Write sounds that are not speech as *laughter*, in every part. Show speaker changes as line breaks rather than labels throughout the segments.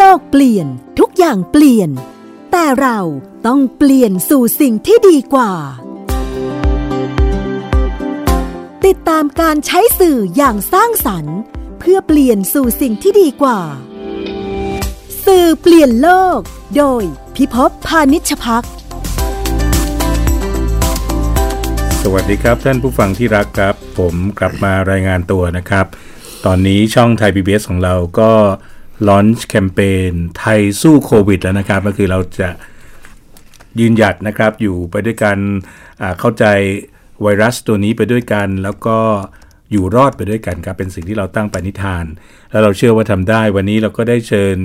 ลกเปลี่ยน ทุกอย่างเปลี่ยน แต่เราต้องเปลี่ยนสู่สิ่งที่ดีกว่า ติดตามการใช้สื่ออย่างสร้างสรรค์ เพื่อเปลี่ยนสู่สิ่งที่ดีกว่า สื่อเปลี่ยนโลก โดยพิภพพานิชพัก
สวัสดีครับ ท่านผู้ฟังที่รักครับ ผมกลับมารายงานตัวนะครับ ตอนนี้ช่องไทย PBS ของเราก็ลอนช์แคมเปญไทยสู้โควิดแล้วนะครับ ก็คือเราจะยืนหยัดนะครับ อยู่ไปด้วยกันอ่าเข้าใจไวรัสตัวนี้ไปด้วยกัน แล้วก็อยู่รอดไปด้วยกันครับ เป็นสิ่งที่เราตั้งปณิธาน แล้วเราเชื่อว่าทำได้วันนี้เราก็ได้เชิญ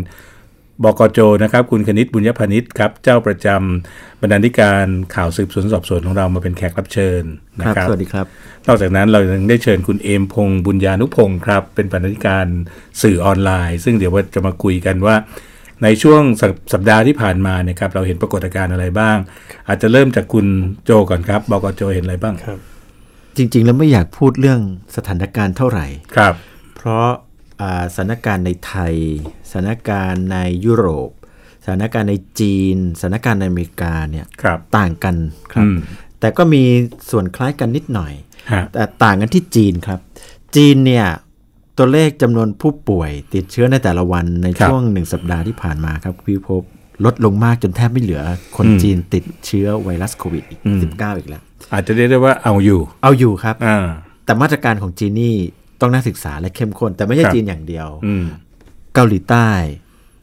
บกโจนะครับคุณคณิตบุญยพานิชครับเจ้าประจำบรรณาธิการข่าวสืบสวนสอบสวนของเรามาเป็นแขกรับเชิญนะ
ค
ค
รั
รั
บบ สวัสดีครับ
นอกจากนั้นเรายังได้เชิญคุณเอมพงษ์บุญญานุพงศ์ครับ เป็นบรรณาธิการสื่อออนไลน์ ซึ่งเดี๋ยวว่าจะมาคุยกันว่า ในช่วงสปสัปดาห์ที่ผ่านมาเนยครับเราเห็นปรากฏการณ์อะไรบ้าง อาจจะเริ่มจากคุณโจก่อนครับบกโจเห็นอะไรบ้าง
ครับ
จริง ๆ แล้วไม่อยากพูดเรื่องสถานการณ์เท่าไหร่
ครับ
เพราะอ่าสถานการณ์ในไทย สถานการณ์ในยุโรป สถานการณ์ในจีน สถานการณ์ในอเมริกาเนี่ย
ครับ
ต่างกันครับ
อืม
แต่ก็มีส่วนคล้ายกันนิดหน่อย
ฮะ
แต่ต่างกันที่จีนครับ จีนเนี่ยตัวเลขจำนวนผู้ป่วยติดเชื้อในแต่ละวันใน
ครับ
ช่วงหนึ่งสัปดาห์ที่ผ่านมาครับพี่พบลดลงมากจนแทบไม่เหลือ คน
อืม
จีนติดเชื้อไวรัสโควิดอีก
อืม
19อีกแล้ว
อาจจะเรียกได้ว่าเอาอยู่
เอาอยู่ครับ
อ่า
แต่มาตรการของจีนนี่ต้องน่าศึกษาและเข้มข้น แต่ไม่ใช่
ครับ
จีนอย่างเดียว
อืม
เกาหลีใต้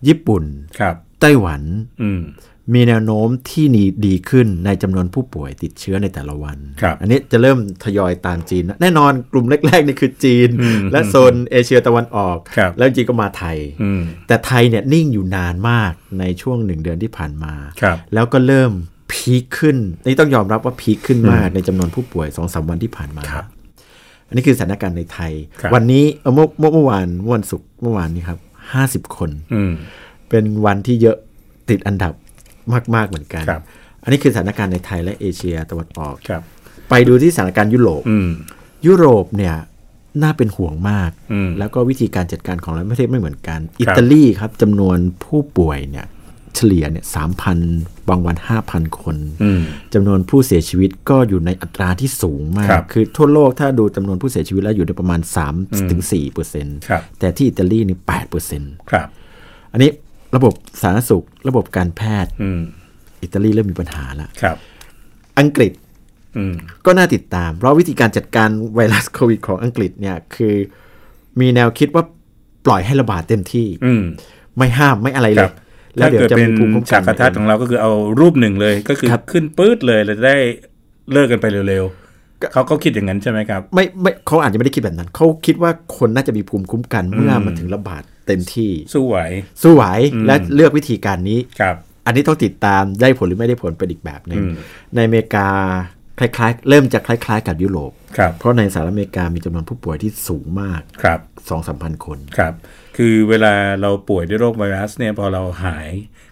ญี่ปุ่น
ครับ
ไต้หวัน
อืม
มีแนวโน้มที่นีดีขึ้นในจำนวนผู้ป่วยติดเชื้อในแต่ละวัน
ครับ
อันนี้จะเริ่มทยอยตามจีนนะแน่นอนกลุ่มแรกๆนี่คือจีน
อืม
และโซนเอเชียตะวันออก
ครับ
แล้วจีนก็มาไทย
อืม
แต่ไทยเนี่ยนิ่งอยู่นานมากในช่วงหนึ่งเดือนที่ผ่านมา
ครับ
แล้วก็เริ่มพีคขึ้น นี่ต้องยอมรับว่าพีคขึ้นมากในจำนวนผู้ป่วยสองสามวันที่ผ่านมา
ครับ
อันนี้คือสถานการณ์ในไทย
ครับ
วันนี้เอ่อเมื่อเมื่อเมื่อวานเมื่อวันศุกร์เมื่อวานนี้ครับห้าสิบคน
อืม
เป็นวันที่เยอะติดอันดับมาก ๆ เหมือนกัน
ครับ
อันนี้คือสถานการณ์ในไทยและเอเชียตะวันออก
ครับ
ไปดูที่สถานการณ์ยุโรป
อืม
ยุโรปเนี่ยน่าเป็นห่วงมาก
อืม
แล้วก็วิธีการจัดการของหลายประเทศไม่เหมือนกัน อิตาลีครับจำนวนผู้ป่วยเนี่ยเฉลี่ยเนี่ยสามพันบางวันห้าพันคน
อืม
จำนวนผู้เสียชีวิตก็อยู่ในอัตราที่สูงมาก
ครับ
คือทั่วโลกถ้าดูจำนวนผู้เสียชีวิตแล้วอยู่ในประมาณ3ถึง4เปอร์เซ็นต์
ครับ
แต่ที่อิตาลีนี่8เปอร์เซ็นต์
ครับ
อันนี้ระบบสาธารณสุข ระบบการแพทย์
อืม
อิตาลีเริ่มมีปัญหาแล้ว
ครับ
อังกฤษ
อืม
ก็น่าติดตาม เพราะวิธีการจัดการไวรัสโควิดของอังกฤษเนี่ยคือ มีแนวคิดว่าปล่อยให้ระบาดเต็มที่
อืม
ไม่ห้ามไม่อะไรเล
ครั
ย
บ
แล้ว
ถ้า
เดี๋ยว
เกิด
จะ
เป็
มี
น
ภูมิคุ้มกั
ฉากกระทัดของเราก็คือเอารูปหนึ่งเลยก็คือ
ครับ
ขึ้นปื๊ดเลยเราจะได้เลิกกันไปเร็วๆเขาก็คิดอย่างนั้นใช่ไหมครับ
ไม่ไม่เขาอาจจะไม่ได้คิดแบบนั้น เขาคิดว่าคนน่าจะมีภูมิคุ้มกันเมื่อมันถึงระบาดเต็มที่
สู้ไหว
สู้ไหว
อืม
และเลือกวิธีการนี้
ครับ
อันนี้ต้องติดตามได้ผลหรือไม่ได้ผลเป็นอีกแบบหนึ่ง
อืม
ในอเมริกาคล้ายๆ เริ่มจะคล้าย ๆ กับยุโรป
ครับ
เพราะในสหรัฐอเมริกามีจำนวนผู้ป่วยที่สูงมาก
ครับ
2 3 0 0 0 คน
ครับ คือเวลาเราป่วยด้วยโรคไวรัสเนี่ยพอเราหาย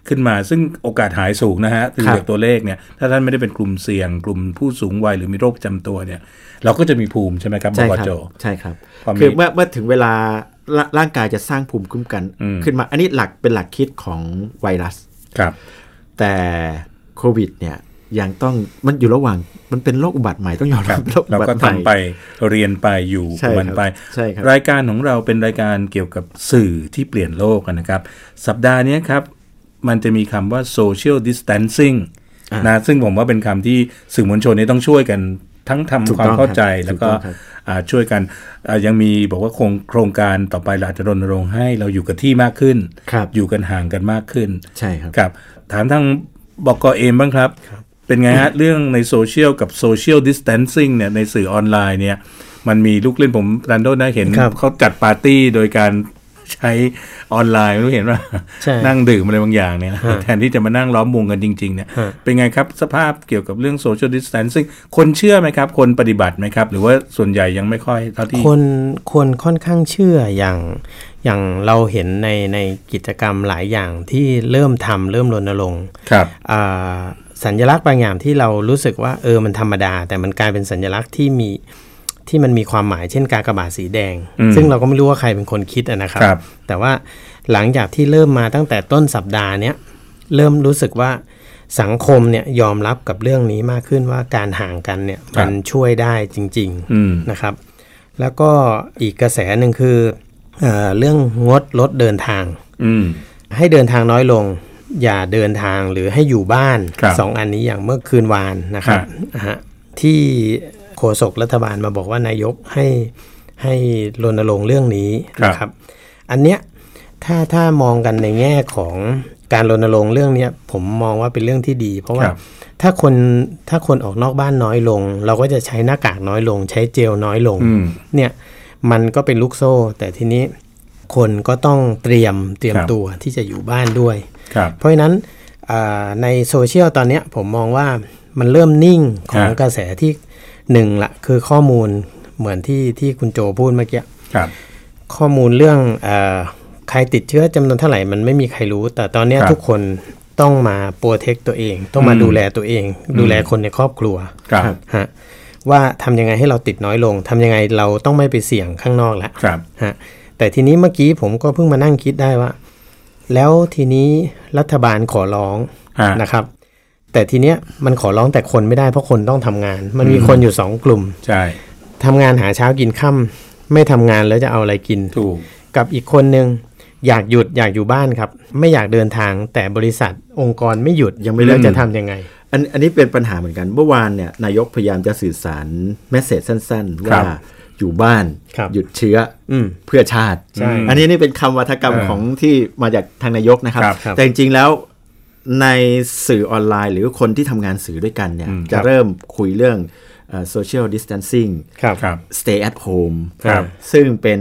ขึ้นมา ซึ่งโอกาสหายสูงนะฮะคือ
ครับ
จากตัวเลขเนี่ย ถ้าท่านไม่ได้เป็นกลุ่มเสี่ยง กลุ่มผู้สูงวัยหรือมีโรคประจำตัวเนี่ย เราก็จะมีภูมิใช่ไหมครับบ
ใช่
ก
ครั
โจ
ใช่ครับ
พอมี
คือเมื่อเมื่อถึงเวลาร่าร่างกายจะสร้างภูมิคุ้มกัน
อืม
ขึ้นมา อันนี้หลักเป็นหลักคิดของไวรัส
ครับ
แต่โควิดเนี่ยยังต้องมันอยู่ระหว่างมันเป็นโรคอุบัติใหม่ต้องยอม
ครั
รับบ เป็นโรคอุ
เรา
บั
ก็
ติ
ทำ
ใหม่
ไปเรียนไปอยู่
ใช่
กับ
ครับ
มันไป
ใช่ครับ
รายการของเราเป็นรายการเกี่ยวกับสื่อที่เปลี่ยนโลกกันนะครับ สัปดาห์เนี้ยครับ มันจะมีคำว่า social distancing นะซึ่งผมว่าเป็นคำที่สื่อมวลชนเนี่ยต้องช่วยกันทั้งทำ
ถูก
ความ
ต้อง
เข้า
ครับ
ใจแล้วก็
ถูกต้องครับ
อ่าช่วยกันอ่ายังมีบอกว่าโครงโครงการต่อไปเราอาจจะรณรงค์ให้เราอยู่กับที่มากขึ้น
ครับ
อยู่กันห่างกันมากขึ้น
ใช่ครับ
ครับถามทางบกเอมบ้างครับ เป็นไง
*coughs*
ฮะ เรื่องในโซเชียลกับโซเชียลดิส a ทนซิ่งเนี่ยในสื่อออนไลน์เนี่ย มันมีลูกเล่นผมรันโดนะเห็น
ครับ
เขาจัดปาร์ตี้โดยการใช้ออนไลน์ไม่รู้เห็นว่า
ใช่
นั่งดื่มอะไรบางอย่างเนี่ยนะ
ฮะ
แทนที่จะมานั่งล้อมวงกันจริง ๆ เนี่ย
ฮะ
เป็นไงครับ สภาพเกี่ยวกับเรื่องโซเชียลดิส a ทนซิ่งคนเชื่อไหมครับ คนปฏิบัติไหมครับ หรือว่าส่วนใหญ่ยังไม่ค่อยเท่าที่
คนคนค่อนข้างเชื่ออย่างอย่างเราเห็นในในกิจกรรมหลายอย่างที่เริ่มทำเริ่มรณรงค์
ครับ
อ่าสัญลักษณ์บางอย่างที่เรารู้สึกว่าเออมันธรรมดา แต่มันกลายเป็นสัญลักษณ์ที่มี ที่มันมีความหมายเช่นกากบาทสีแดง
อืม
ซึ่งเราก็ไม่รู้ว่าใครเป็นคนคิดอะนะครับ
ครับ
แต่ว่าหลังจากที่เริ่มมาตั้งแต่ต้นสัปดาห์เนี้ยเริ่มรู้สึกว่าสังคมเนี่ยยอมรับกับเรื่องนี้มากขึ้นว่าการห่างกันเนี่ยมันช่วยได้จริง ๆ
อืม
นะครับแล้วก็อีกกระแสหนึ่งคือเออเรื่องงดลดเดินทาง
อืม
ให้เดินทางน้อยลง อย่าเดินทางหรือให้อยู่บ้าน
ครับ
สองอันนี้อย่างเมื่อคืนวานนะครับ
ฮะ
อ่าฮะที่โฆษกรัฐบาลมาบอกว่านายกให้ให้รณรงค์เรื่องนี้นะครับ อันเนี้ยถ้าถ้ามองกันในแง่ของการรณรงค์เรื่องเนี้ยผมมองว่าเป็นเรื่องที่ดี เพราะว่า
ครับ
ถ้าคนถ้าคนออกนอกบ้านน้อยลง เราก็จะใช้หน้ากากน้อยลง ใช้เจลน้อยลง
อืม
เนี่ยมันก็เป็นลูกโซ่ แต่ทีนี้คนก็ต้องเตรียมเตรียม
ครับ
ตัวที่จะอยู่บ้านด้วย
ครับ
เพราะฉะนั้นอ่าในโซเชียลตอนเนี้ยผมมองว่ามันเริ่มนิ่งของ
ครับ
กระแสที่หนึ่งละคือข้อมูลเหมือนที่ที่คุณโจพูดเมื่อกี้
ครับ
ข้อมูลเรื่องเออใครติดเชื้อจำนวนเท่าไหร่มันไม่มีใครรู้ แต่ตอนเนี้ย
ครับ
ทุกคนต้องมาโปรเทคตัวเอง ต้องมา
อืม
ดูแลตัวเอง ดูแลคนในครอบครัว
ครับ
ฮะว่าทำยังไงให้เราติดน้อยลงทำยังไงเราต้องไม่ไปเสี่ยงข้างนอกละ
ครับ
ฮะแต่ทีนี้เมื่อกี้ผมก็เพิ่งมานั่งคิดได้ว่า แล้วทีนี้รัฐบาลขอร้อง
ฮะ
นะครับ แต่ทีเนี้ยมันขอร้องแต่คนไม่ได้เพราะคนต้องทำงาน มันมีคนอยู่สองกลุ่ม
ใช่
ทำงานหาเช้ากินค่ำไม่ทำงานแล้วจะเอาอะไรกิน
ถูก
กับอีกคนหนึ่งอยากหยุดอยากอยู่บ้านครับ ไม่อยากเดินทางแต่บริษัทองค์กรไม่หยุด
ยังไม่เลิก
แล้วจะทำยังไง
อันอันนี้เป็นปัญหาเหมือนกันเมื่อวานเนี่ยนายกพยายามจะสื่อสารแมสเซจสั้นๆ
ครั
ว่า
บ
อยู่บ้าน
ครับ
หยุดเชื้ออ
ม
เพื่อชาติ
ใช่
อันนี้นี่เป็นคำวัฒกรรม
เออ
ของที่มาจากทางนายกนะครับ
ครับ
ครับ
แต่จริงๆแล้วในสื่อออนไลน์ หรือคนที่ทำงานสื่อด้วยกันเนี่ยจะเริ่มคุยเรื่องโซเชียลดิส t ทนซิ่ง
ครับ
ครับ
stay at home
ครับ
ซึ่งเป็น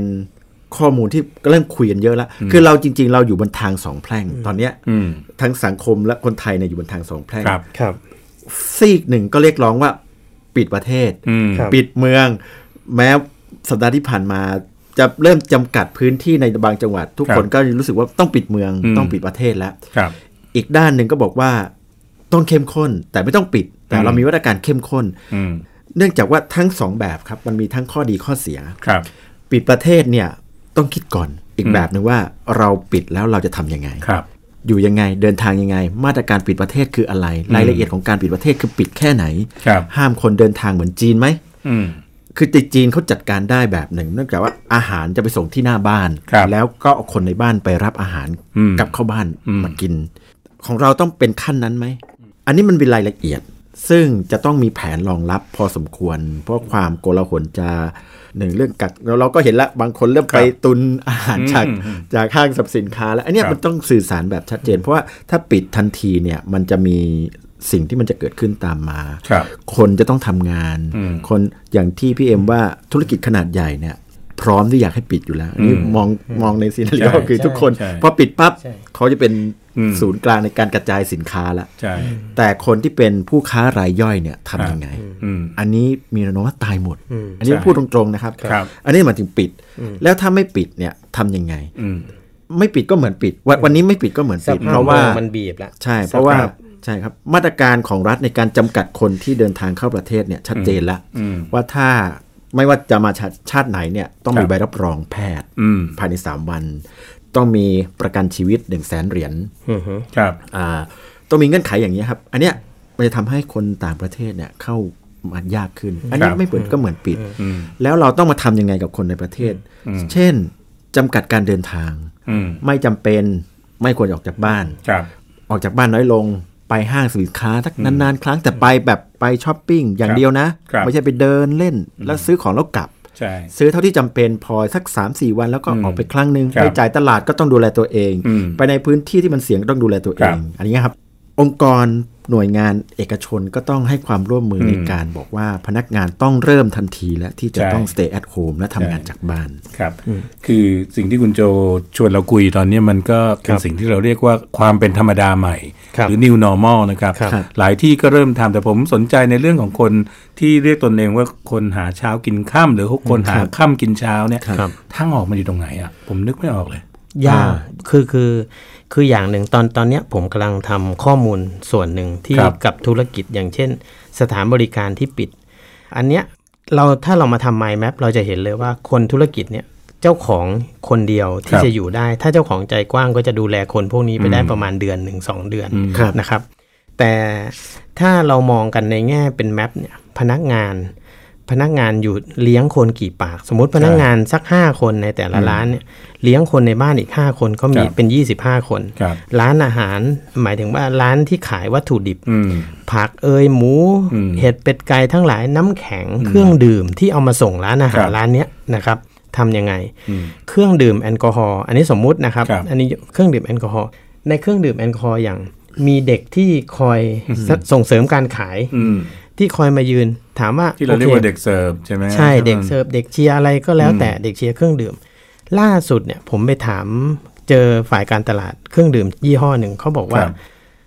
ข้อมูลที่เริ่มคุยกันเยอะแล้ว คือเราจริง ๆ เราอยู่บนทางสองแพร่ง ตอนเนี้ย
อืม
ทั้งสังคมและคนไทยเนี่ยอยู่บนทางสองแพร่ง
ครับ
ครับ
ซีกหนึ่งก็เรียกร้องว่าปิดประเทศ
อืม
ครับ
ปิดเมือง แม้สัปดาห์ที่ผ่านมาจะเริ่มจำกัดพื้นที่ในบางจังหวัด ทุกคน
ครับ
ก็รู้สึกว่าต้องปิดเมือง
อืม
ต้องปิดประเทศแล้ว
ครับ
อีกด้านหนึ่งก็บอกว่าต้องเข้มข้น แต่ไม่ต้องปิด แต่
อืม
เรามีมาตรการเข้มข้น
อืม
เนื่องจากว่าทั้งสองแบบครับมันมีทั้งข้อดีข้อเสีย
ครับ
ปิดประเทศเนี่ยต้องคิดก่อนอีก
อืม
แบบหนึ่งว่าเราปิดแล้วเราจะทำยังไง
ครับ
อยู่ยังไงเดินทางยังไง มาตรการปิดประเทศคืออะไร รายละเอียดของการปิดประเทศคือปิดแค่ไหน
ครับ
ห้ามคนเดินทางเหมือนจีนไหม
อืม
คือติดจีนเขาจัดการได้แบบหนึ่งเนื่องจากว่าอาหารจะไปส่งที่หน้าบ้าน
ครับ
แล้วก็เอาคนในบ้านไปรับอาหาร
อืม
กลับเข้าบ้าน
อืม
มากิน ของเราต้องเป็นขั้นนั้นไหม อันนี้มันเป็นรายละเอียด ซึ่งจะต้องมีแผนรองรับพอสมควร เพราะความโกลาหลจะหนึ่งเรื่องกักเราเราก็เห็นละบางคนเริ่มไปตุนอาหารจากจากห้างสรรพสินค้า แล้วอันเนี้
ค
ย
รับ
มันต้องสื่อสารแบบชัดเจน เพราะว่าถ้าปิดทันทีเนี่ยมันจะมีสิ่งที่มันจะเกิดขึ้นตามมา
ครับ
คนจะต้องทำงาน
อืม
คนอย่างที่พี่เอ็มว่าธุรกิจขนาดใหญ่เนี่ย พร้อมที่อยากให้ปิดอยู่แล้วอันนี่มองมองในซีนารีโอ
ใช่
คือทุกคน
ใช่
พอปิดปั๊บ
ใช่
เขาจะเป็น
อืม
ศูนย์กลางในการกระจายสินค้าละ
ใช่
แต่คนที่เป็นผู้ค้ารายย่อยเนี่ย
ครับ
ทำยังไง
อืม
อันนี้มีแนวโน้มว่าตายหมด
อืม
อันนี้
ใช่
พูดตรงๆนะครับ
ครับ
อันนี้หมายถึงปิด แล้วถ้าไม่ปิดเนี่ยทำยังไง
อืม
ไม่ปิดก็เหมือนปิดวันวันนี้ไม่ปิดก็เหมือนปิดเพราะว่า
มันบีบแล้ว
ใช่ เพราะว่าใช่ครับมาตรการของรัฐในการจำกัดคนที่เดินทางเข้าประเทศเนี่ยชัดเจนแล้ว
อืม
ว่าถ้าไม่ว่าจะมาชาติชาติไหนเนี่ยต้อง
ค
มี
รับ
ใบรับรองแพทย์
อืม
ภายใน 3 วัน ต้องมีประกันชีวิต 1 0 0 0 0แสนเหรียญ
ครับ
อ่าต้องมีเงื่อนไขอย่างนี้ยครับ อันเนี้ยมันจะทำให้คนต่างประเทศเนี่ยเข้ามายากขึ้น อันนี้
ครับ
ไม่เปิดก็เหมือนปิด
อืม
แล้วเราต้องมาทำยังไงกับคนในประเทศ เช่นจำกัดการเดินทาง
อืม
ไม่จำเป็นไม่ควรจะออกจากบ้าน
ครับ
ออกจากบ้านน้อยลงไปห้างสินค้าสักนานๆ ครั้งแต่ไปแบบไปช้อปปิ้งอย่าง
ครับ
เดียวนะ
ครับ
ไม่ใช่ไปเดินเล่นแล้วซื้อของแล้วกลับ
ใช่
ซื้อเท่าที่จำเป็นพอสัก 3 4 วันแล้วก็ออกไปครั้งหนึ่ง
ครับ
ไปจ่ายตลาดก็ต้องดูแลตัวเอง
อืม
ไปในพื้นที่ที่มันเสี่ยงก็ต้องดูแลตัวเอ
ครั
ง
บ
อันนี้ครับ องค์กรหน่วยงานเอกชนก็ต้องให้ความร่วมมืออในการบอกว่าพนักงานต้องเริ่มทันทีและที่จะ
ใช่
ต้อง stay at home และ
ใช่
ทำงานจากบ้าน
ครับ คือสิ่งที่คุณโจชวนเราคุยตอนนี้มันก็เป็นสิ่งที่เราเรียกว่าความเป็นธรรมดาใหม่
ครับ
หรือ new normal นะครับ
ครับ
หลายที่ก็เริ่มทำแต่ผมสนใจในเรื่องของคนที่เรียกตนเองว่าคนหาเช้ากินข้ามหรือคนหาข้ามกินเช้าเนี่ย
ครับ
ทางออกมันอยู่ตรงไหนอ่ะ ผมนึกไม่ออกเลย
ยากคือคือคืออย่างหนึ่งตอนตอนเนี้ยผมกำลังทำข้อมูลส่วนหนึ่งที่
ครับ
กับธุรกิจอย่างเช่น สถานบริการที่ปิด อันเนี้ย เราถ้าเรามาทำ mind map เราจะเห็นเลยว่าคนธุรกิจเนี่ยเจ้าของคนเดียว
ค
ที่
รับ
จะอยู่ได้ ถ้าเจ้าของใจกว้างก็จะดูแลคนพวกนี้ไปได้
อืม
ประมาณเดือนหนึ่งสองเดือน
อืม
ครับ
นะครับ แต่ถ้าเรามองกันในแง่เป็นแมปเนี่ยพนักงาน พนักงานอยู่เลี้ยงคนกี่ปาก สมมติพนักงานสัก 5 คนในแต่ละร้านเนี่ยเลี้ยงคนในบ้านอีก 5 คนก็มี
ครับ
เป็น 25 คน
ครับ
ร้านอาหารหมายถึงว่าร้านที่ขายวัตถุดิบ
อืม
ผักเอยหมู
อืม
เห็ดเป็ดไก่ทั้งหลายน้ำแข็ง เครื่องดื่มที่เอามาส่งร้านอา
ค
หาร
รับ
ร้านเนี้ยนะครับทำยังไง
อืม
เครื่องดื่มแอลกอฮอล์อันนี้สมมุตินะครับ
ครับ
อันนี้เครื่องดื่มแอลกอฮอล์ในเครื่องดื่มแอลกอฮอล์อย่าง มีเด็กที่คอยสส่งเสริมการขาย
อืม
ที่คอยมายืนถามว่า
ที่เราเรียก
โอค
ว่าเด็กเสิร์ฟใช่ไหม
ใช่
อืม
เด็กเสิร์ฟเด็กเชียร์อะไรก็แล้วแต่เด็กเชียร์เครื่องดื่ม ล่าสุดเนี่ยผมไปถามเจอฝ่ายการตลาดเครื่องดื่มยี่ห้อหนึ่งเขาบอกว่า
ครับ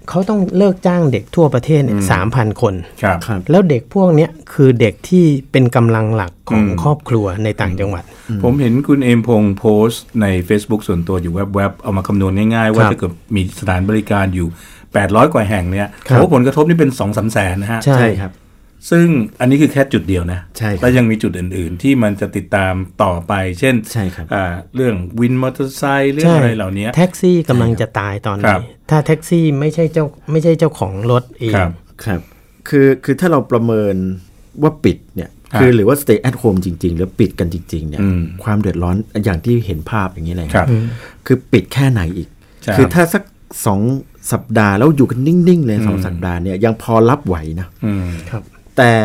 เขาต้องเลิกจ้างเด็กทั่วประเทศสามพันคน
ครับ
ครับ
แล้วเด็กพวกเนี้ยคือเด็กที่เป็นกำลังหลักของ
อืม
ครอบครัวในต่างจังหวัด
ผมเห็นคุณเอมพงษ์โพสต์ใน Facebook ส่วนตัวอยู่แวบๆเอามาคำนวณง่ายๆ ว่า
ครับ
ถ้าเกิดมีสถานบริการอยู่ 800 กว่าแห่งเนี่ย
ครับ
โอ้ผลกระทบนี่เป็น 2 3 0 0แสนนะฮะ
ใช่
ใช่ครับ
ซึ่งอันนี้คือแค่จุดเดียวนะ
ใช่ครับ
แล้วยังมีจุดอื่น ๆ ที่มันจะติดตามต่อไป เช่น
ใช่ครับ
อ่าเรื่องวินมอเตอร์ไซค์เรื่องอะไรเหล่านี้
แท็กซี่กำลังจะตายตอน
ครั
นี้
บ
ถ้าแท็กซี่ไม่ใช่เจ้าไม่ใช่เจ้าของรถเอง
ครับ
ครับ คือ คือถ้าเราประเมินว่าปิดเนี่ย
ครับ
คือหรือว่า stay at home จริง ๆ หรือปิดกันจริง ๆ เนี่ย
อืม
ความเดือดร้อนอย่างที่เห็นภาพอย่างนี้เลย
ครับ
คือปิดแค่ไหนอีก
ใช่
คือถ้าสักสองสัปดาห์แล้วอยู่กันนิ่ง ๆ เลยสองสัปดาห์เนี่ยยังพอรับไหวนะ
อืม
ครับ
แต่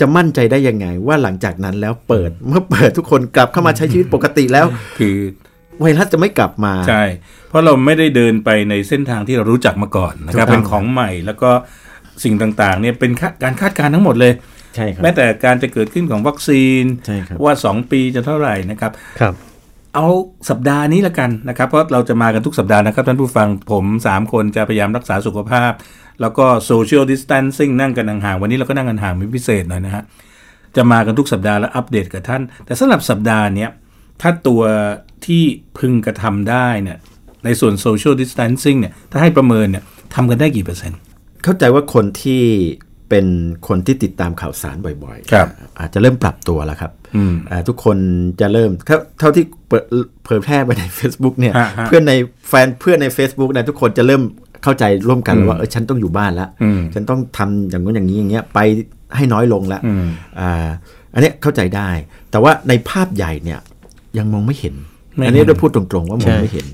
จะมั่นใจได้ยังไงว่าหลังจากนั้นแล้วเปิด เมื่อเปิดทุกคนกลับเข้ามาใช้ชีวิตปกติแล้ว
คือ
ไวรัสจะไม่กลับมา
ใช่ เพราะเราไม่ได้เดินไปในเส้นทางที่เรารู้จักมาก่อนนะครับ
ถูกต้อง
เป็นของใหม่แล้วก็สิ่งต่างๆเนี่ยเป็นคาการคาดการณ์ทั้งหมดเลย
ใช่ครับ
แม้แต่การจะเกิดขึ้นของวัคซีน
ใช่ครับ
ว่า 2 ปีจะเท่าไหร่นะครับ
ครับ
เอาสัปดาห์นี้ละกันนะครับ เพราะเราจะมากันทุกสัปดาห์นะครับ ท่านผู้ฟังผม 3 คนจะพยายามรักษาสุขภาพ แล้วก็โซเชียลดิส a ทนซิ่งนั่งกันห่างๆวันนี้เราก็นั่งกันห่างเป็นพิเศษหน่อยนะฮะ จะมากันทุกสัปดาห์และอัปเดตกับท่าน แต่สำหรับสัปดาห์เนี้ยถ้าตัวที่พึงกระทำได้เนี่ยในส่วนโซเชียลดิส a ทนซิ่งเนี่ยถ้าให้ประเมินเนี่ยทำกันได้กี่เปอร์เซ็นต์
เข้าใจว่าคนที่เป็นคนที่ติดตามข่าวสารบ่อยๆ
ครับ
อาจจะเริ่มปรับตัวแล้วครับ
อืม
อ่าทุกคนจะเริ่มเท่าเท่าที่เปิดเผยแพร่ไปใน Facebook เนี่ย
ฮะฮะ
เพื่อนในแฟนเพื่อนใน Facebook เนะทุกคนจะเริ่มเข้าใจร่วมกันแล้วว่าเออฉันต้องอยู่บ้านละ
อืม
ฉันต้องทำอย่างนู้นอย่างนี้อย่างเงี้ยไปให้น้อยลงละ
อืม
อ่าอันเนี้ยเข้าใจได้ แต่ว่าในภาพใหญ่เนี่ยยังมองไม่เห็น
ไม่เห็น
อันนี้ด้วยพูดตรงๆว่ามอง
ใช่
ไม่เห็น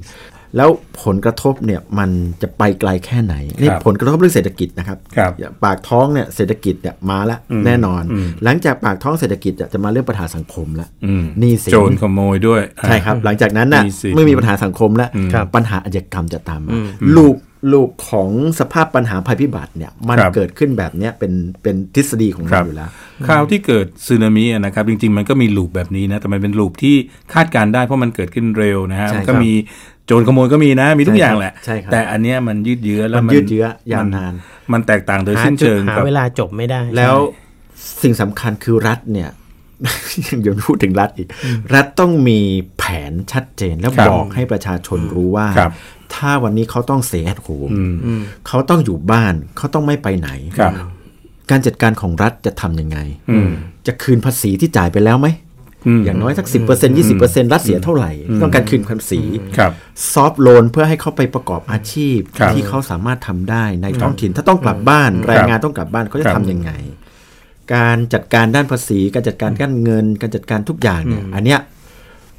แล้วผลกระทบเนี่ยมันจะไปไกลแค่ไหนอันนี่
ครับ
ผลกระทบเรื่องเศรษฐกิจนะครับ
ครับ
ปากท้องเนี่ยเศรษฐกิจเนี่ยมาละแน่นอน
อืม
หลังจากปากท้องเศรษฐกิจอะจะมาเรื่องปัญหาสังคมละ
อืม
หนี่สิน
โจรขโมยด้วย
ใช่ครับ หลังจากนั้นน่ะ
หนี้สิน
ไม่มีปัญหาสังคมแล้ว
ครับ
ปัญหาอาชญากรรมจะตามมาลูกลูกของสภาพปัญหาภัยพิบัติเนี่ยมัน
ครับ
เกิดขึ้นแบบเนี้ยเป็นเป็นทฤษฎีของ
ครั
เรา
บ
อยู่แล้ว
ข่าวที่เกิดสึนามิอะนะครับจริงๆ มันก็มีลูปแบบนี้นะแต่มันเป็นลูปที่คาดการณ์ได้เพราะมันเกิดขึ้นเร็วนะฮะ
ใช่
มัน
ครั
ก็
บ
มีโจรขโมยก็มีนะมีทุกอย่างแหละ
ใช่ครับ
แต่อันเนี้ยมันยืดเยื้อแล้ว
มันยืดเยื้อยาวนาน
มันแตกต่างโดย
หา
สิ้น
จุด
เชิง
หา
กับ
เวลาจบไม่ได้
แล้วสิ่งสำคัญคือรัฐเนี่ย *laughs* ยังเดี๋ยวพูดถึงรัฐอีก รัฐต้องมีแผนชัดเจน และ
ครับ
บอกให้ประชาชนรู้ว่า
ครับ
ถ้าวันนี้เขาต้องเสียโหม
อืม
เขาต้องอยู่บ้านเขาต้องไม่ไปไหน
ครับ
การจัดการของรัฐจะทำยังไง
อืม
จะคืนภาษีที่จ่ายไปแล้วไหม
อืม
อย่างน้อยสักสิบเปอร์เซ็นยี่สิบเปอร์เซ็นรัฐเสียเท่าไหร่ ต้องการคืนภาษี
ครับ
ซอฟโลนเพื่อให้เขาไปประกอบอาชีพ
ครับ
ที่เขาสามารถทำได้ในท้องถิ่น ถ้าต้องกลับบ้านแรงงานต้องกลับบ้านเขาจะ
ครับ
ทำยังไง การจัดการด้านภาษี การจัดการด้านเงิน การจัดการทุกอย่างเนี่ยอันเนี้ย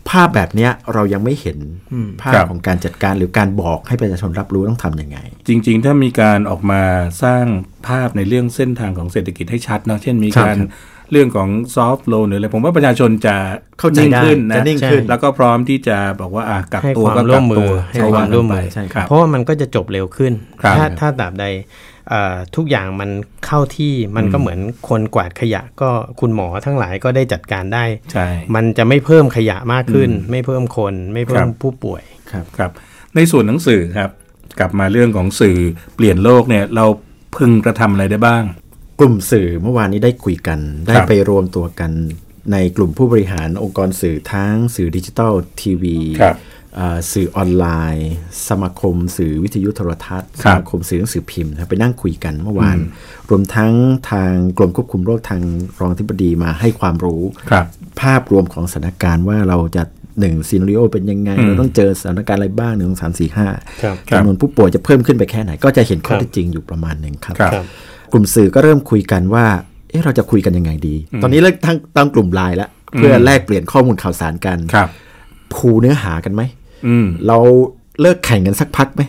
ภาพแบบเนี้ยเรายังไม่เห็นภาพ
ครับ
ของการจัดการหรือการบอกให้ประชาชนรับรู้ต้องทำยังไง
จริงๆ ถ้ามีการออกมาสร้างภาพในเรื่องเส้นทางของเศรษฐกิจให้ชัดเนอะเช่นมีการ
ครับ
เรื่องของซอฟต์โลนหรืออะไรผมว่าประชาชนจะ
เข้าใจ
นิ่ง
ได้
ขึ้นนะ
จะนิ่งขึ้น
แล้วก็พร้อมที่จะบอกว่าอ่ะกัก
ให้
ตัว
ความ
ก็
ร่
กั
วม
ก
มื
ตัว
อให้ความร่วมมือ
ใช่ครับ
เพราะว่ามันก็จะจบเร็วขึ้น
ครับ
ถ้าถ้าตราบใดเอ่อทุกอย่างมันเข้าที่มันก็เหมือนคนกวาดขยะก็คุณหมอทั้งหลายก็ได้จัดการได้
ใช่
มันจะไม่เพิ่มขยะมากขึ้น ไม่เพิ่มคนไม่เพิ่มผู้ป่วย
ครับในส่วนหนังสือครับ กลับมาเรื่องของสื่อเปลี่ยนโลกเนี่ยเราพึงกระทำอะไรได้บ้าง
กลุ่มสื่อเมื่อวานนี้ได้คุยกัน ได้ไปรวมตัวกันในกลุ่มผู้บริหารองค์กรสื่อทั้งสื่อดิจิทัลทีวี
ครับ
อ่าสื่อออนไลน์ สมาคม สื่อวิทยุโทรทัศน์
ค
ส
รับ
มาคมสื่อหนังสือพิมพ์นะครับไปนั่งคุยกันเมื่อวาน รวมทั้งทางกรมควบคุมโรคทางรองอธิบดีมาให้ความรู้
ครับ
ภาพรวมของสถานการณ์ว่าเราจะหนึ่งซีน r ิโอเป็นยังไง เราต้องเจอสถานการณ์อะไรบ้างหนึ่งสองสามสี่ห้า
ครับ
ครับ
จำนวนผู้ป่วยจะเพิ่มขึ้นไปแค่ไหน ก็จะเห็นข้อ
ครับ
เท็จจริงอยู่ประมาณหนึ่งครับ
ครับ
ครับ
กลุ่มสื่อก็เริ่มคุยกันว่า เอ๊ะเราจะคุยกันยังไงดี ตอนนี้เริ่มทั้งตั้งกลุ่มไลน์แล้ว เพื่อแลกเปลี่ยนข้อมูลข่าวสารกัน
ครับ
พูเนื้อหากันไหม
อืม
เราเลิกแข่งกันสักพักไหม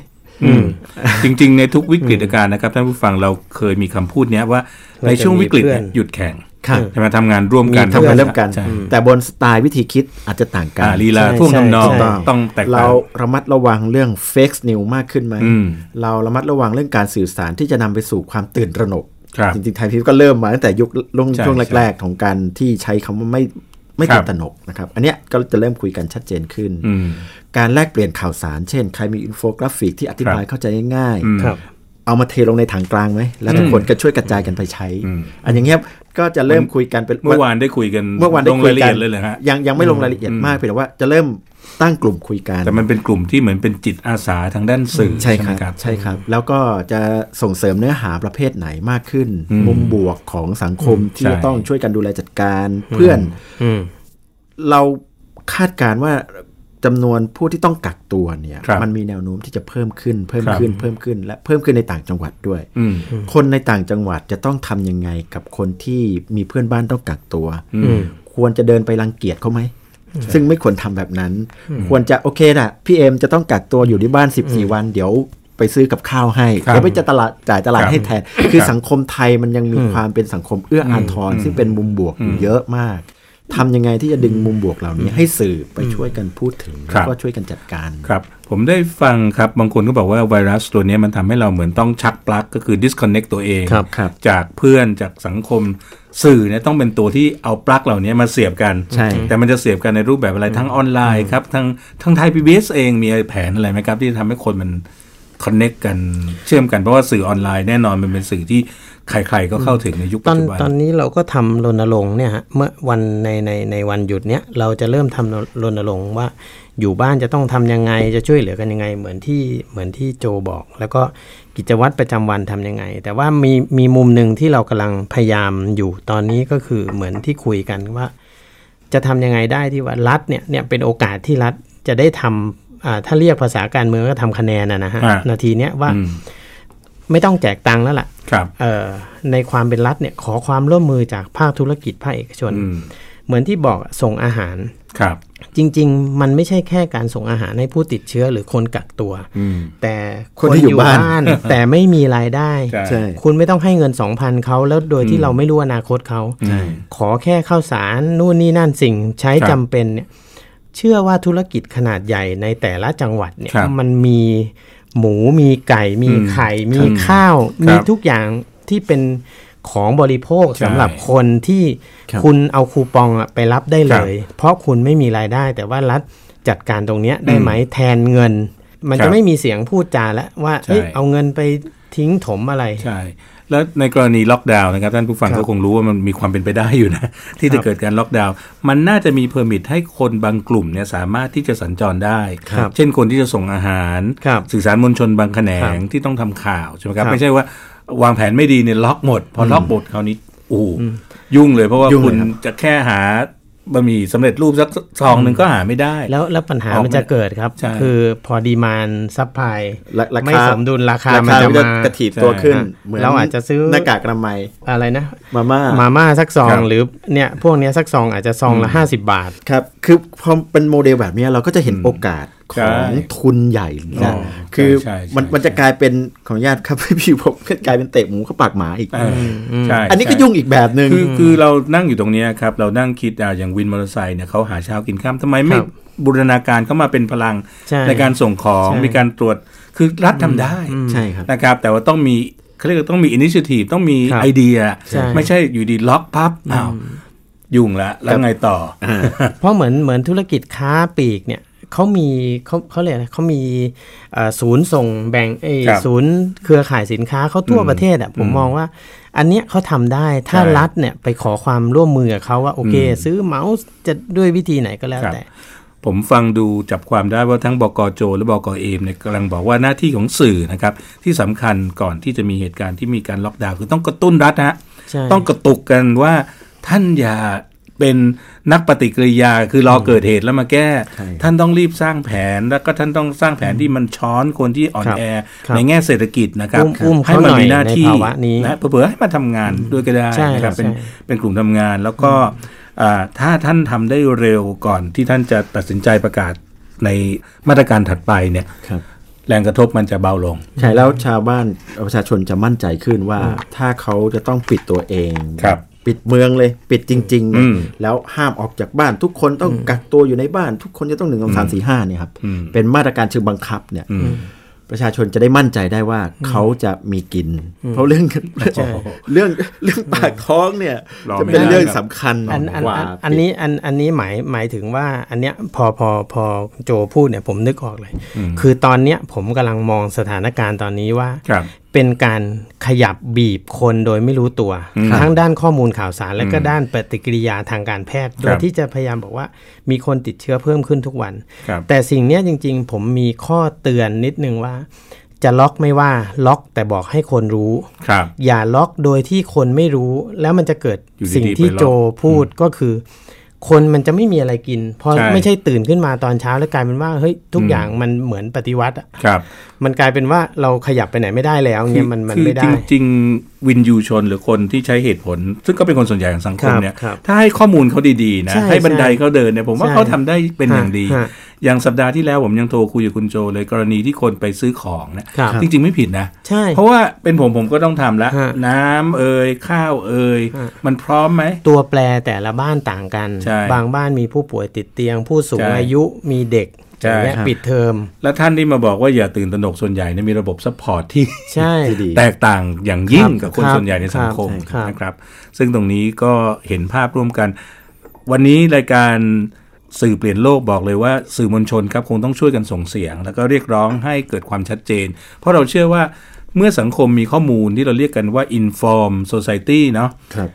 จริงๆ ในทุกวิกฤตการณ์นะครับท่านผู้ฟังเราเคยมีคำพูดเนี้ยว่าในช่วงวิกฤตเนี่ย
เราจะมีเพื่อน
หยุดแข่ง
ค่ะ
จะมาทำงานร่วมกัน
ทำงานเริ่มกัน
ใช่
แต่บนสไตล์วิธีคิดอาจจะต่างกัน
อ่าลีลา
ใช่
ท่วงทำนอง
ใช่
ต้องแตกต่า
เรา
ง
ระมัดระวังเรื่องเฟกซ์นิวมากขึ้นไหม
อืม
เราระมัดระวังเรื่องการสื่อสารที่จะนำไปสู่ความตื่นตระหนก
ครับ
จริงๆ ไทยพิวก็เริ่มมาตั้งแต่ยุคลง
ใช่
ช่วงแรกๆ ของการที่ใช้คำว่าไม่ไม่
ครับ
ตื่นตระหนกนะครับ อันเนี้ยก็จะเริ่มคุยกันชัดเจนขึ้น
อืม
การแลกเปลี่ยนข่าวสาร เช่น ใครมีอินโฟกราฟิกที่อธิบายเข้าใจง่าย
อืม
ครับ
ๆ เอามาเทลงในถังกลางไหม แล้วทุกคนก็ช่วยกระจายกันไปใช้ อันอย่างเงี้ยก็จะเริ่มคุยกันเป็น
เมื่อวานได้คุยกัน
เมื่อวานได้
ลง
คุ
ราย
ย
ละ
กั
เอีย
น
ดเลยเหรอฮะ
ยังยังไม่ลงรายละเอียดมากเพียงแต่ว่าจะเริ่มตั้งกลุ่มคุยกัน
แต่มันเป็นกลุ่มที่เหมือนเป็นจิตอาสาทางด้านสื่อ
ใช่ค
ไหม
รับใช่ครับ แล้วก็จะส่งเสริมเนื้อหาประเภทไหนมากขึ้น มุมบวกของสังคมที่จะต้องช่วยกันดูแลจัดการเพื่อน
อืม
เราคาดการณ์ว่าจำนวนผู้ที่ต้องกักตัวเนี่ย
ครับ
มันมีแนวโน้มที่จะเพิ่มขึ้น เพิ่ม
ครับ
ขึ้นเพิ่มขึ้น และเพิ่มขึ้นในต่างจังหวัดด้วย
อืม
คนในต่างจังหวัดจะต้องทำยังไงกับคนที่มีเพื่อนบ้านต้องกักตัว ควรจะเดินไปรังเกียจเขาไหม ซึ่งไม่ควรทำแบบนั้น ควรจะโอเคนะพี่เอมจะต้องกักตัวอยู่ที่บ้าน 14 วัน เดี๋ยวไปซื้อกับข้าวให้
ครับ
แล้วไปจะตลาดจ่ายตลาด
ครับ
ให้แทน คือสังคมไทยมันยังมีความเป็นสังคมเอื้ออาทรซึ่งเป็นมุมบวกอยู่เยอะมากทำยังไงที่จะดึงมุมบวกเหล่านี้ให้สื่อไปช่วยกันพูดถึง
ครั
แล้ว
บ
ก็ช่วยกันจัดการ
ครับ ผมได้ฟังครับ บางคนก็บอกว่าไวรัสตัวเนี้ยมันทำให้เราเหมือนต้องชักปลั๊กก็คือ disconnect ตัวเอง
ครับครับ
จากเพื่อนจากสังคมสื่อเนี่ยต้องเป็นตัวที่เอาปลั๊กเหล่านี้มาเสียบกัน
ใช่
แต่มันจะเสียบกันในรูปแบบอะไรทั้งออนไลน์ครับทั้งทั้งไทยพีบีเองมีแผนอะไรไหมครับ ที่จะทำให้คนมัน connect กันเชื่อมกันเพราะว่าสื่อออนไลน์แน่นอนมันเป็นสื่อที่ใครๆก็เข้าถึงในยุค
ต
ปัจ
อน
จุบัน
ตอนนี้เราก็ทำรณรงค์เนี่ยฮะเมื่อวันในในในวันหยุดเนี้ยเราจะเริ่มทำรณรงค์ว่าอยู่บ้านจะต้องทำยังไงจะช่วยเหลือกันยังไง เหมือนที่เหมือนที่โจบอก แล้วก็กิจวัตรประจำวันทำยังไง แต่ว่ามีมีมุมหนึ่งที่เรากำลังพยายามอยู่ตอนนี้ก็คือเหมือนที่คุยกันว่า จะทำยังไงได้ที่ว่ารัฐเนี่ยเนี่ยเป็นโอกาสที่รัฐจะได้ทำอ่าถ้าเรียกภาษาการเมืองก็ทำคะแนนนะนะฮะ
อ่า
นาทีเนี้ยว่า
อืม
ไม่ต้องแจกตังค์แล้วล่ะ
ครับ
เอ่อในความเป็นรัฐเนี่ยขอความร่วมมือจากภาคธุรกิจภาคเอกชน
อืม
เหมือนที่บอกส่งอาหาร
ครับ
จริง ๆ มันไม่ใช่แค่การส่งอาหารให้ผู้ติดเชื้อหรือคนกักตัว แต่
คนที่อยู่บ้าน
แต่ไม่มีรายได้
ใช่
ใช่
คุณไม่ต้องให้เงิน 2,000เขาแล้วโดยที่เราไม่รู้อนาคตเขา ขอแค่ข้าวสารนู่นนี่นั่นสิ่งใช้
ครับ
จำเป็นเนี่ยเชื่อว่าธุรกิจขนาดใหญ่ในแต่ละจังหวัดเนี่ย
ครับ
มันมีหมูมีไก่ มีไข่ มีข้าว
ครับ
มีทุกอย่างที่เป็นของบริโภค
ใช่
สำหรับคนที่
ครับ
คุณเอาคูปองอะไปรับได้
ค
เล
รับ
ย เพราะคุณไม่มีรายได้ แต่ว่ารัฐจัดการตรงเนี้ยได้ไหมแทนเงิน มัน
ครั
จะ
บ
ไม่มีเสียงพูดจาแล้วว่าเอ้ย
ใช่
เอาเงินไปทิ้งถมอะไร
ใช่ แล้วในกรณีล็อกดาวน์นะครับ ท่านผู้ฟังก็คงรู้ว่ามันมีความเป็นไปได้อยู่นะ *laughs* ที่จะเกิดการล็อกดาวน์มันน่าจะมีเพอร์มิทให้คนบางกลุ่มเนี่ยสามารถที่จะสัญจรได้
ครับ
เช่นคนที่จะส่งอาหาร
ครับ
สื่อสารมวลชนบางแขน
ครับ
งที่ต้องทำข่าวใช่ไหมครับ
ครับ
ไม่ใช่ว่าวางแผนไม่ดีเนี่ยล็อกหมด พออล็อกหมดคราวนี้โอ้โหยุ่งเลยเพราะว่า
ยุ่งเลย
คุณ
ครับ
จะแค่หาบะหมี่สำเร็จรูปสักซองหนึ่งก็หาไม่ได้
แล้วแล้วปัญหา
ออกไม่
มันจะเกิดครับ
ใช่
คือพอดีมานซัพพลาย
และราคา
ไม่สมดุลราคา
รา
มัน
คา
จะ
มันจะ
มาก
ระถีบตัวขึ้น
อ่ะ
หมืน
เราอาจจะซื้อ
หน้ากากอนามัย
อะไรนะ
มาม่า
มาม่าสักซอ
ครั
ง
บ
หรือเนี่ยพวกเนี้ยสักซองอาจจะซองละ 50 บาท
ครับ คือพอเป็นโมเดลแบบเนี้ยเราก็จะเห็นโอกาสข
ใช่
องทุนใหญ่นะ
อ๋อ
คือ
ใช่ใช่
มัน
ใช่
มันจะกลายเป็นของญาติครับ *laughs* พี่ผมกลายเป็นเตะหมูเข้าปากหมาอีก
เอออใช่
อันนี้ก็
ใช่
ยุ่งอีกแบบหนึ่ง
คือคือเรานั่งอยู่ตรงเนี้ยครับ เรานั่งคิดอ่ะอย่างวินมอเตอร์ไซค์เนี่ยเขาหาเช้ากินข้ามทำไมไม่
ครับ
บูรณาการเข้ามาเป็นพลัง
ใช่
การส่งของ
ใช่
มีการตรวจคือรัฐทำได้
ใช่ครับ
นะครับ แต่ว่าต้องมีเขาเรียกว่าต้องมีอินิชิทีฟต้องมี
ครับ
ไอเดีย
ใช่
ไม่ใช่อยู่ดีล็อกพับอ้าวยุ่งละแล้วไงต่อ
เพราะเหมือนเหมือนธุรกิจค้าปลีกเนี่ยเขามีเขาเขาเรียกอะไรเขามีเอ่อศูนย์ส่งแบ่งเอ้ย
ครับ
ศูนย์เครือข่ายสินค้าเขาทั่วประเทศอ่ะผมมองว่า อันเนี้ยเขาทำได้ถ้า
ใช่
รัฐเนี่ยไปขอความร่วมมือกับเขาว่าโอเค ซื้อเมาส์จะด้วยวิธีไหนก็แล้ว
ครับ
แต่
ผมฟังดูจับความได้ว่าทั้งบกโจ และบกเอมเนี่ยกำลังบอกว่าหน้าที่ของสื่อนะครับที่สำคัญก่อนที่จะมีเหตุการณ์ที่มีการล็อกดาวน์คือต้องกระตุ้นรัฐนะฮะ
ใช่
ต้องกระตุกกันว่าท่านอย่าเป็นนักปฏิกิริยาคือรอเกิดเหตุแล้วมาแก้ ท่านต้องรีบสร้างแผนแล้วก็ท่านต้องสร้างแผนที่มันช้อนคนที่อ่อนแอ
ครับ
ในแง่เศรษฐกิจนะครับ
อุ้มอุ้ม
ให้
เขา
มั
หน่อย
มีหน้าที่
ในภาวะนี้
นะเผื่อๆให้มาทำงานด้วยก็ได้
ใช่
นะครับเป็น
ใช่
เป็นกลุ่มทำงานแล้วก็อ่าถ้าท่านทำได้เร็วก่อนที่ท่านจะตัดสินใจประกาศในมาตรการถัดไปเนี่ย
ครับ
แรงกระทบมันจะเบาลง
ใช่แล้วชาวบ้านประชาชนจะมั่นใจขึ้นว่าถ้าเขาจะต้องปิดตัวเอง
ครับ
ปิดเมืองเลยปิดจริง
อืม
ๆ แล้วห้ามออกจากบ้านทุกคนต้องกักตัวอยู่ในบ้าน ทุกคนจะต้องหนึ่งสองสามสี่ห้าเนี่ยครับ
อืม
เป็นมาตรการเชิงบังคับเนี่ยประชาชนจะได้มั่นใจได้ว่าเขาจะมีกิน เพราะเรื่องเรื่องเรื่องปากท้องเนี่ย
รอ
จะ
ไม่ได้
เป็นเรื่องสำคัญ
อันอัน
กว่า
อันอันนี้อันอันนี้หมายหมายถึงว่าอันเนี้ยพอพอพอโจพูดเนี่ยผมนึกออกเลย คือตอนเนี้ยผมกำลังมองสถานการณ์ตอนนี้ว่า
ครับ
เป็นการขยับบีบคนโดยไม่รู้ตัว ทั้งด้านข้อมูลข่าวสารและก็ด้านปฏิกิริยาทางการแพทย์โดยที่จะพยายามบอกว่ามีคนติดเชื้อเพิ่มขึ้นทุกวัน
ครับ
แต่สิ่งเนี้ยจริงๆ ผมมีข้อเตือนนิดนึงว่า จะล็อกไม่ว่าล็อกแต่บอกให้คนรู้
ครับ
อย่าล็อกโดยที่คนไม่รู้ แล้วมันจะเกิด
อยู่ดีๆ
สิ่งที่
ไปล็อก
โจพูดก็คือ คนมันจะไม่มีอะไรกิน เพราะ
ใช่
ไม่ใช่ตื่นขึ้นมาตอนเช้าแล้วกลายเป็นว่าเฮ้ยทุกอย่างมันเหมือนปฏิวัติอะ
ครับ
มันกลายเป็นว่าเราขยับไปไหนไม่ได้แล้วเนี่ยมันมัน
คือ
ไม่
จ
ได้
ริงๆวินยูชนหรือคนที่ใช้เหตุผล ซึ่งก็เป็นคนส่วนใหญ่ของสังคม
ครับ
เนี่ย
ครับ
ถ้าให้ข้อมูลเขาดีๆนะ
ใช่
ให้บันไดเขาเดินเนี่ยผมว่า
ใช่
เขาทำได้เป็นอย่างดี
ฮะฮะ
อย่างสัปดาห์ที่แล้วผมยังโทรคุยกับคุณโจเลยกรณีที่คนไปซื้อของนะครับ จริง ๆไม่ผิดนะ
ใช่
เพราะว่าเป็นผมผมก็ต้องทำละ
ฮะ
น้ำเอ่ยข้าวเอ่ย
ฮะ
มันพร้อมไหม
ตัวแปรแต่ละบ้านต่างกัน
ใช่
บางบ้านมีผู้ป่วยติดเตียง ผู้สูง
ใช่
อายุมีเด็ก
ใช่
อย่างเงี้ย
ครับ
ปิดเทอม
แล้วท่านที่มาบอกว่าอย่าตื่นตระหนกส่วนใหญ่เนี่ยมีระบบซัพพอร์ตที่
ใช่
ที่ดี
แตกต่างอย่างยิ่ง
ครับ
กับคน
ครับ
ส่วนใหญ่ในสังคม
ครับ
นะครับ ซึ่งตรงนี้ก็เห็นภาพร่วมกัน วันนี้รายการสื่อเปลี่ยนโลกบอกเลยว่าสื่อมวลชนครับคงต้องช่วยกันส่งเสียง แล้วก็เรียกร้องให้เกิดความชัดเจน เพราะเราเชื่อว่าเมื่อสังคมมีข้อมูลที่เราเรียกกันว่า inform society เนาะ
ครับ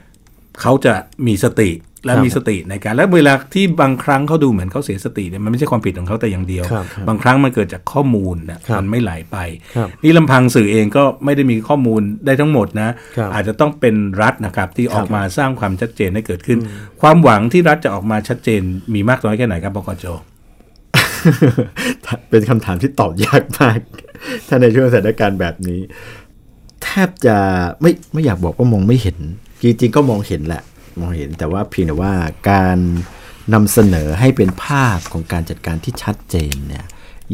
เขาจะมีสติและ
ครับ
มีสติในการและเวลาที่บางครั้งเขาดูเหมือนเขาเสียสติเนี่ยมันไม่ใช่ความผิดของเขาแต่อย่างเดียว
ครับครับ
งครั้งมันเกิดจากข้อมูลนะครับ มันไม่ไหลไป
ครับ
นี่ลำพังสื่อเองก็ไม่ได้มีข้อมูลได้ทั้งหมดนะ
ครับ
อาจจะต้องเป็นรัฐนะครับที่ออกมาสร้างความชัดเจนให้เกิดขึ้น ความหวังที่รัฐจะออกมาชัดเจนมีมากน้อยแค่ไหนครับบกโจ
*laughs* เป็นคำถามที่ตอบยากมาก ถ้าในช่วงสถานการณ์แบบนี้ แทบจะไม่ไม่อยากบอกว่ามองไม่เห็น จริงๆก็มองเห็นแหละ มองเห็นแต่ว่าเพียงแต่ว่าการนำเสนอให้เป็นภาพของการจัดการที่ชัดเจนเนี่ย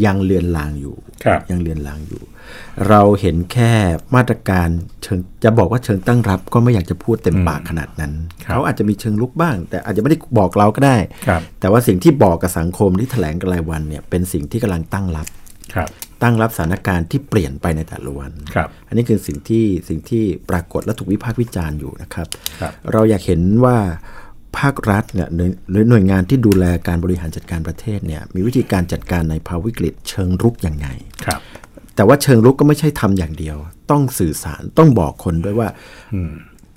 ยังเลือนลางอยู่
ครับ
ยังเลือนลางอยู่ เราเห็นแค่มาตรการเชิงจะบอกว่าเชิงตั้งรับ ก็ไม่อยากจะพูดเต็มปากขนาดนั้น
ครับ
เขาอาจจะมีเชิงลุกบ้าง แต่อาจจะไม่ได้บอกเราก็ได้
ครับ
แต่ว่าสิ่งที่บอกกับสังคมที่แถลงกันรายวันเนี่ยเป็นสิ่งที่กำลังตั้งรับ
ครับ
ตั้งรับสถานการณ์ที่เปลี่ยนไปในแต่ละวัน
ครับ
อันนี้คือสิ่งที่สิ่งที่ปรากฏและถูกวิพากษ์วิจารณ์อยู่นะครับ
ครับ
เราอยากเห็นว่าภาครัฐเนี่ยหรือหรือหน่วยงานที่ดูแลการบริหารจัดการประเทศเนี่ยมีวิธีการจัดการในภาวะวิกฤต เชิงรุกยังไง
ครับ
แต่ว่าเชิงรุกก็ไม่ใช่ทำอย่างเดียว ต้องสื่อสารต้องบอกคนด้วยว่า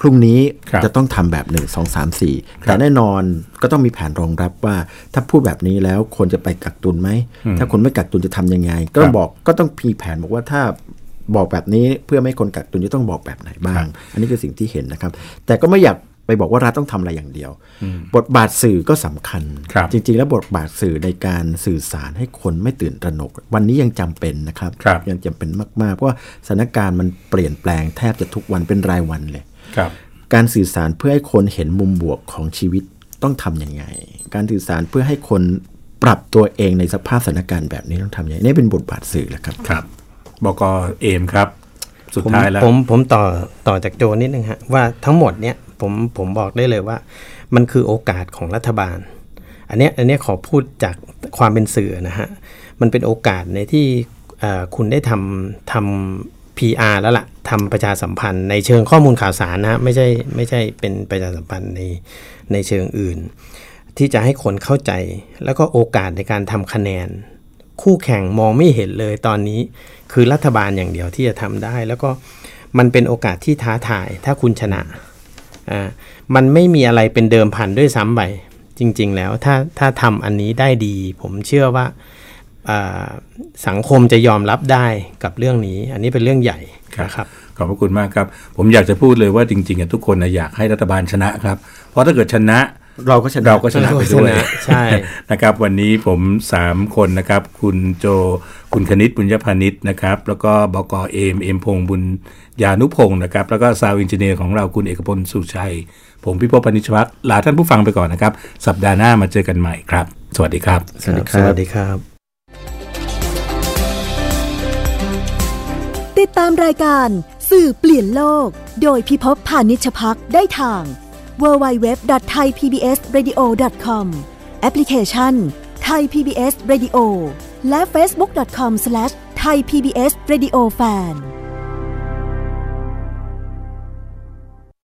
พรุ่งนี้
ครับ
จะต้องทำแบบหนึ่งสองสามสี่แต่แน่นอนก็ต้องมีแผนรองรับว่า ถ้าพูดแบบนี้แล้วคนจะไปกักตุนไหม ถ้าคนไม่กักตุนจะทำยังไง ก็ต้องบอกก็ต้องพีแผนบอกว่าถ้าบอกแบบนี้เพื่อไม่ให้คนกักตุนจะต้องบอกแบบไหนบ้าง อันนี้คือสิ่งที่เห็นนะครับ แต่ก็ไม่อยากไปบอกว่ารัฐต้องทำอะไรอย่างเดียว บทบาทสื่อก็สำคัญ
ครับ
จริงๆ แล้วบทบาทสื่อในการสื่อสารให้คนไม่ตื่นตระหนก วันนี้ยังจำเป็นนะครับ
ครับ
ยังจำเป็นมากๆ เพราะว่าสถานการณ์มันเปลี่ยนแปลงแทบจะทุกวันเป็นรายวันเลย
ครับ
การสื่อสารเพื่อให้คนเห็นมุมบวกของชีวิตต้องทำยังไง การสื่อสารเพื่อให้คนปรับตัวเองในสภาพสถานการณ์แบบนี้ต้องทำยังไงนี่เป็นบทบาทสื่อแหละครับ
ครับบกเอมครับ สุด
ผม
ท้ายแล้ว
ผมผมต่อต่อจากโจนิดนึงฮะว่าทั้งหมดเนี่ยผมผมบอกได้เลยว่า มันคือโอกาสของรัฐบาล อันเนี้ยอันเนี้ยขอพูดจากความเป็นสื่อนะฮะมันเป็นโอกาสในที่เอ่อคุณได้ทำทำ PR แล้วละ่ะทำประชาสัมพันธ์ในเชิงข้อมูลข่าวสารนะฮะไม่ใช่ไม่ใช่เป็นประชาสัมพันธ์ในในเชิงอื่น ที่จะให้คนเข้าใจ แล้วก็โอกาสในการทำคะแนน คู่แข่งมองไม่เห็นเลยตอนนี้ คือรัฐบาลอย่างเดียวที่จะทำได้ แล้วก็มันเป็นโอกาสที่ท้าทาย ถ้าคุณชนะอ่ามันไม่มีอะไรเป็นเดิมพันด้วยซ้ำไป จริง ๆ แล้วถ้าถ้าทำอันนี้ได้ดี ผมเชื่อว่าอ่าสังคมจะยอมรับได้กับเรื่องนี้ อันนี้เป็นเรื่องใหญ่นะครับ
ขอบพระคุณมากครับ ผมอยากจะพูดเลยว่าจริงๆอะทุกคนอะอยากให้รัฐบาลชนะครับ เพราะถ้าเกิดชนะ
เราก็ชนะ
เราก็ชนะไปด้วย
เราก็ชนะใช่
นะครับ วันนี้ผม 3 คนนะครับ คุณโจคุณคณิตบุญยพานิชนะครับ แล้วก็บกเอมเอมพงษ์บุญญานุพงศ์นะครับ แล้วก็ซาวอินเจเนียร์ของเราคุณเอกพลสุชัย ผมพิพพพนิชพักลาท่านผู้ฟังไปก่อนนะครับ สัปดาห์หน้ามาเจอกันใหม่ครับ สวัสดีครับ
สวัสดีค
ส
รับ
วัสดีครับ
ติดตามรายการสื่อเปลี่ยนโลก โดยพิภพพานิชพักได้ทาง www.thaipbsradio.com แอปพลิเคชัน Thai PBS Radio และ facebook.com/thaipbsradiofan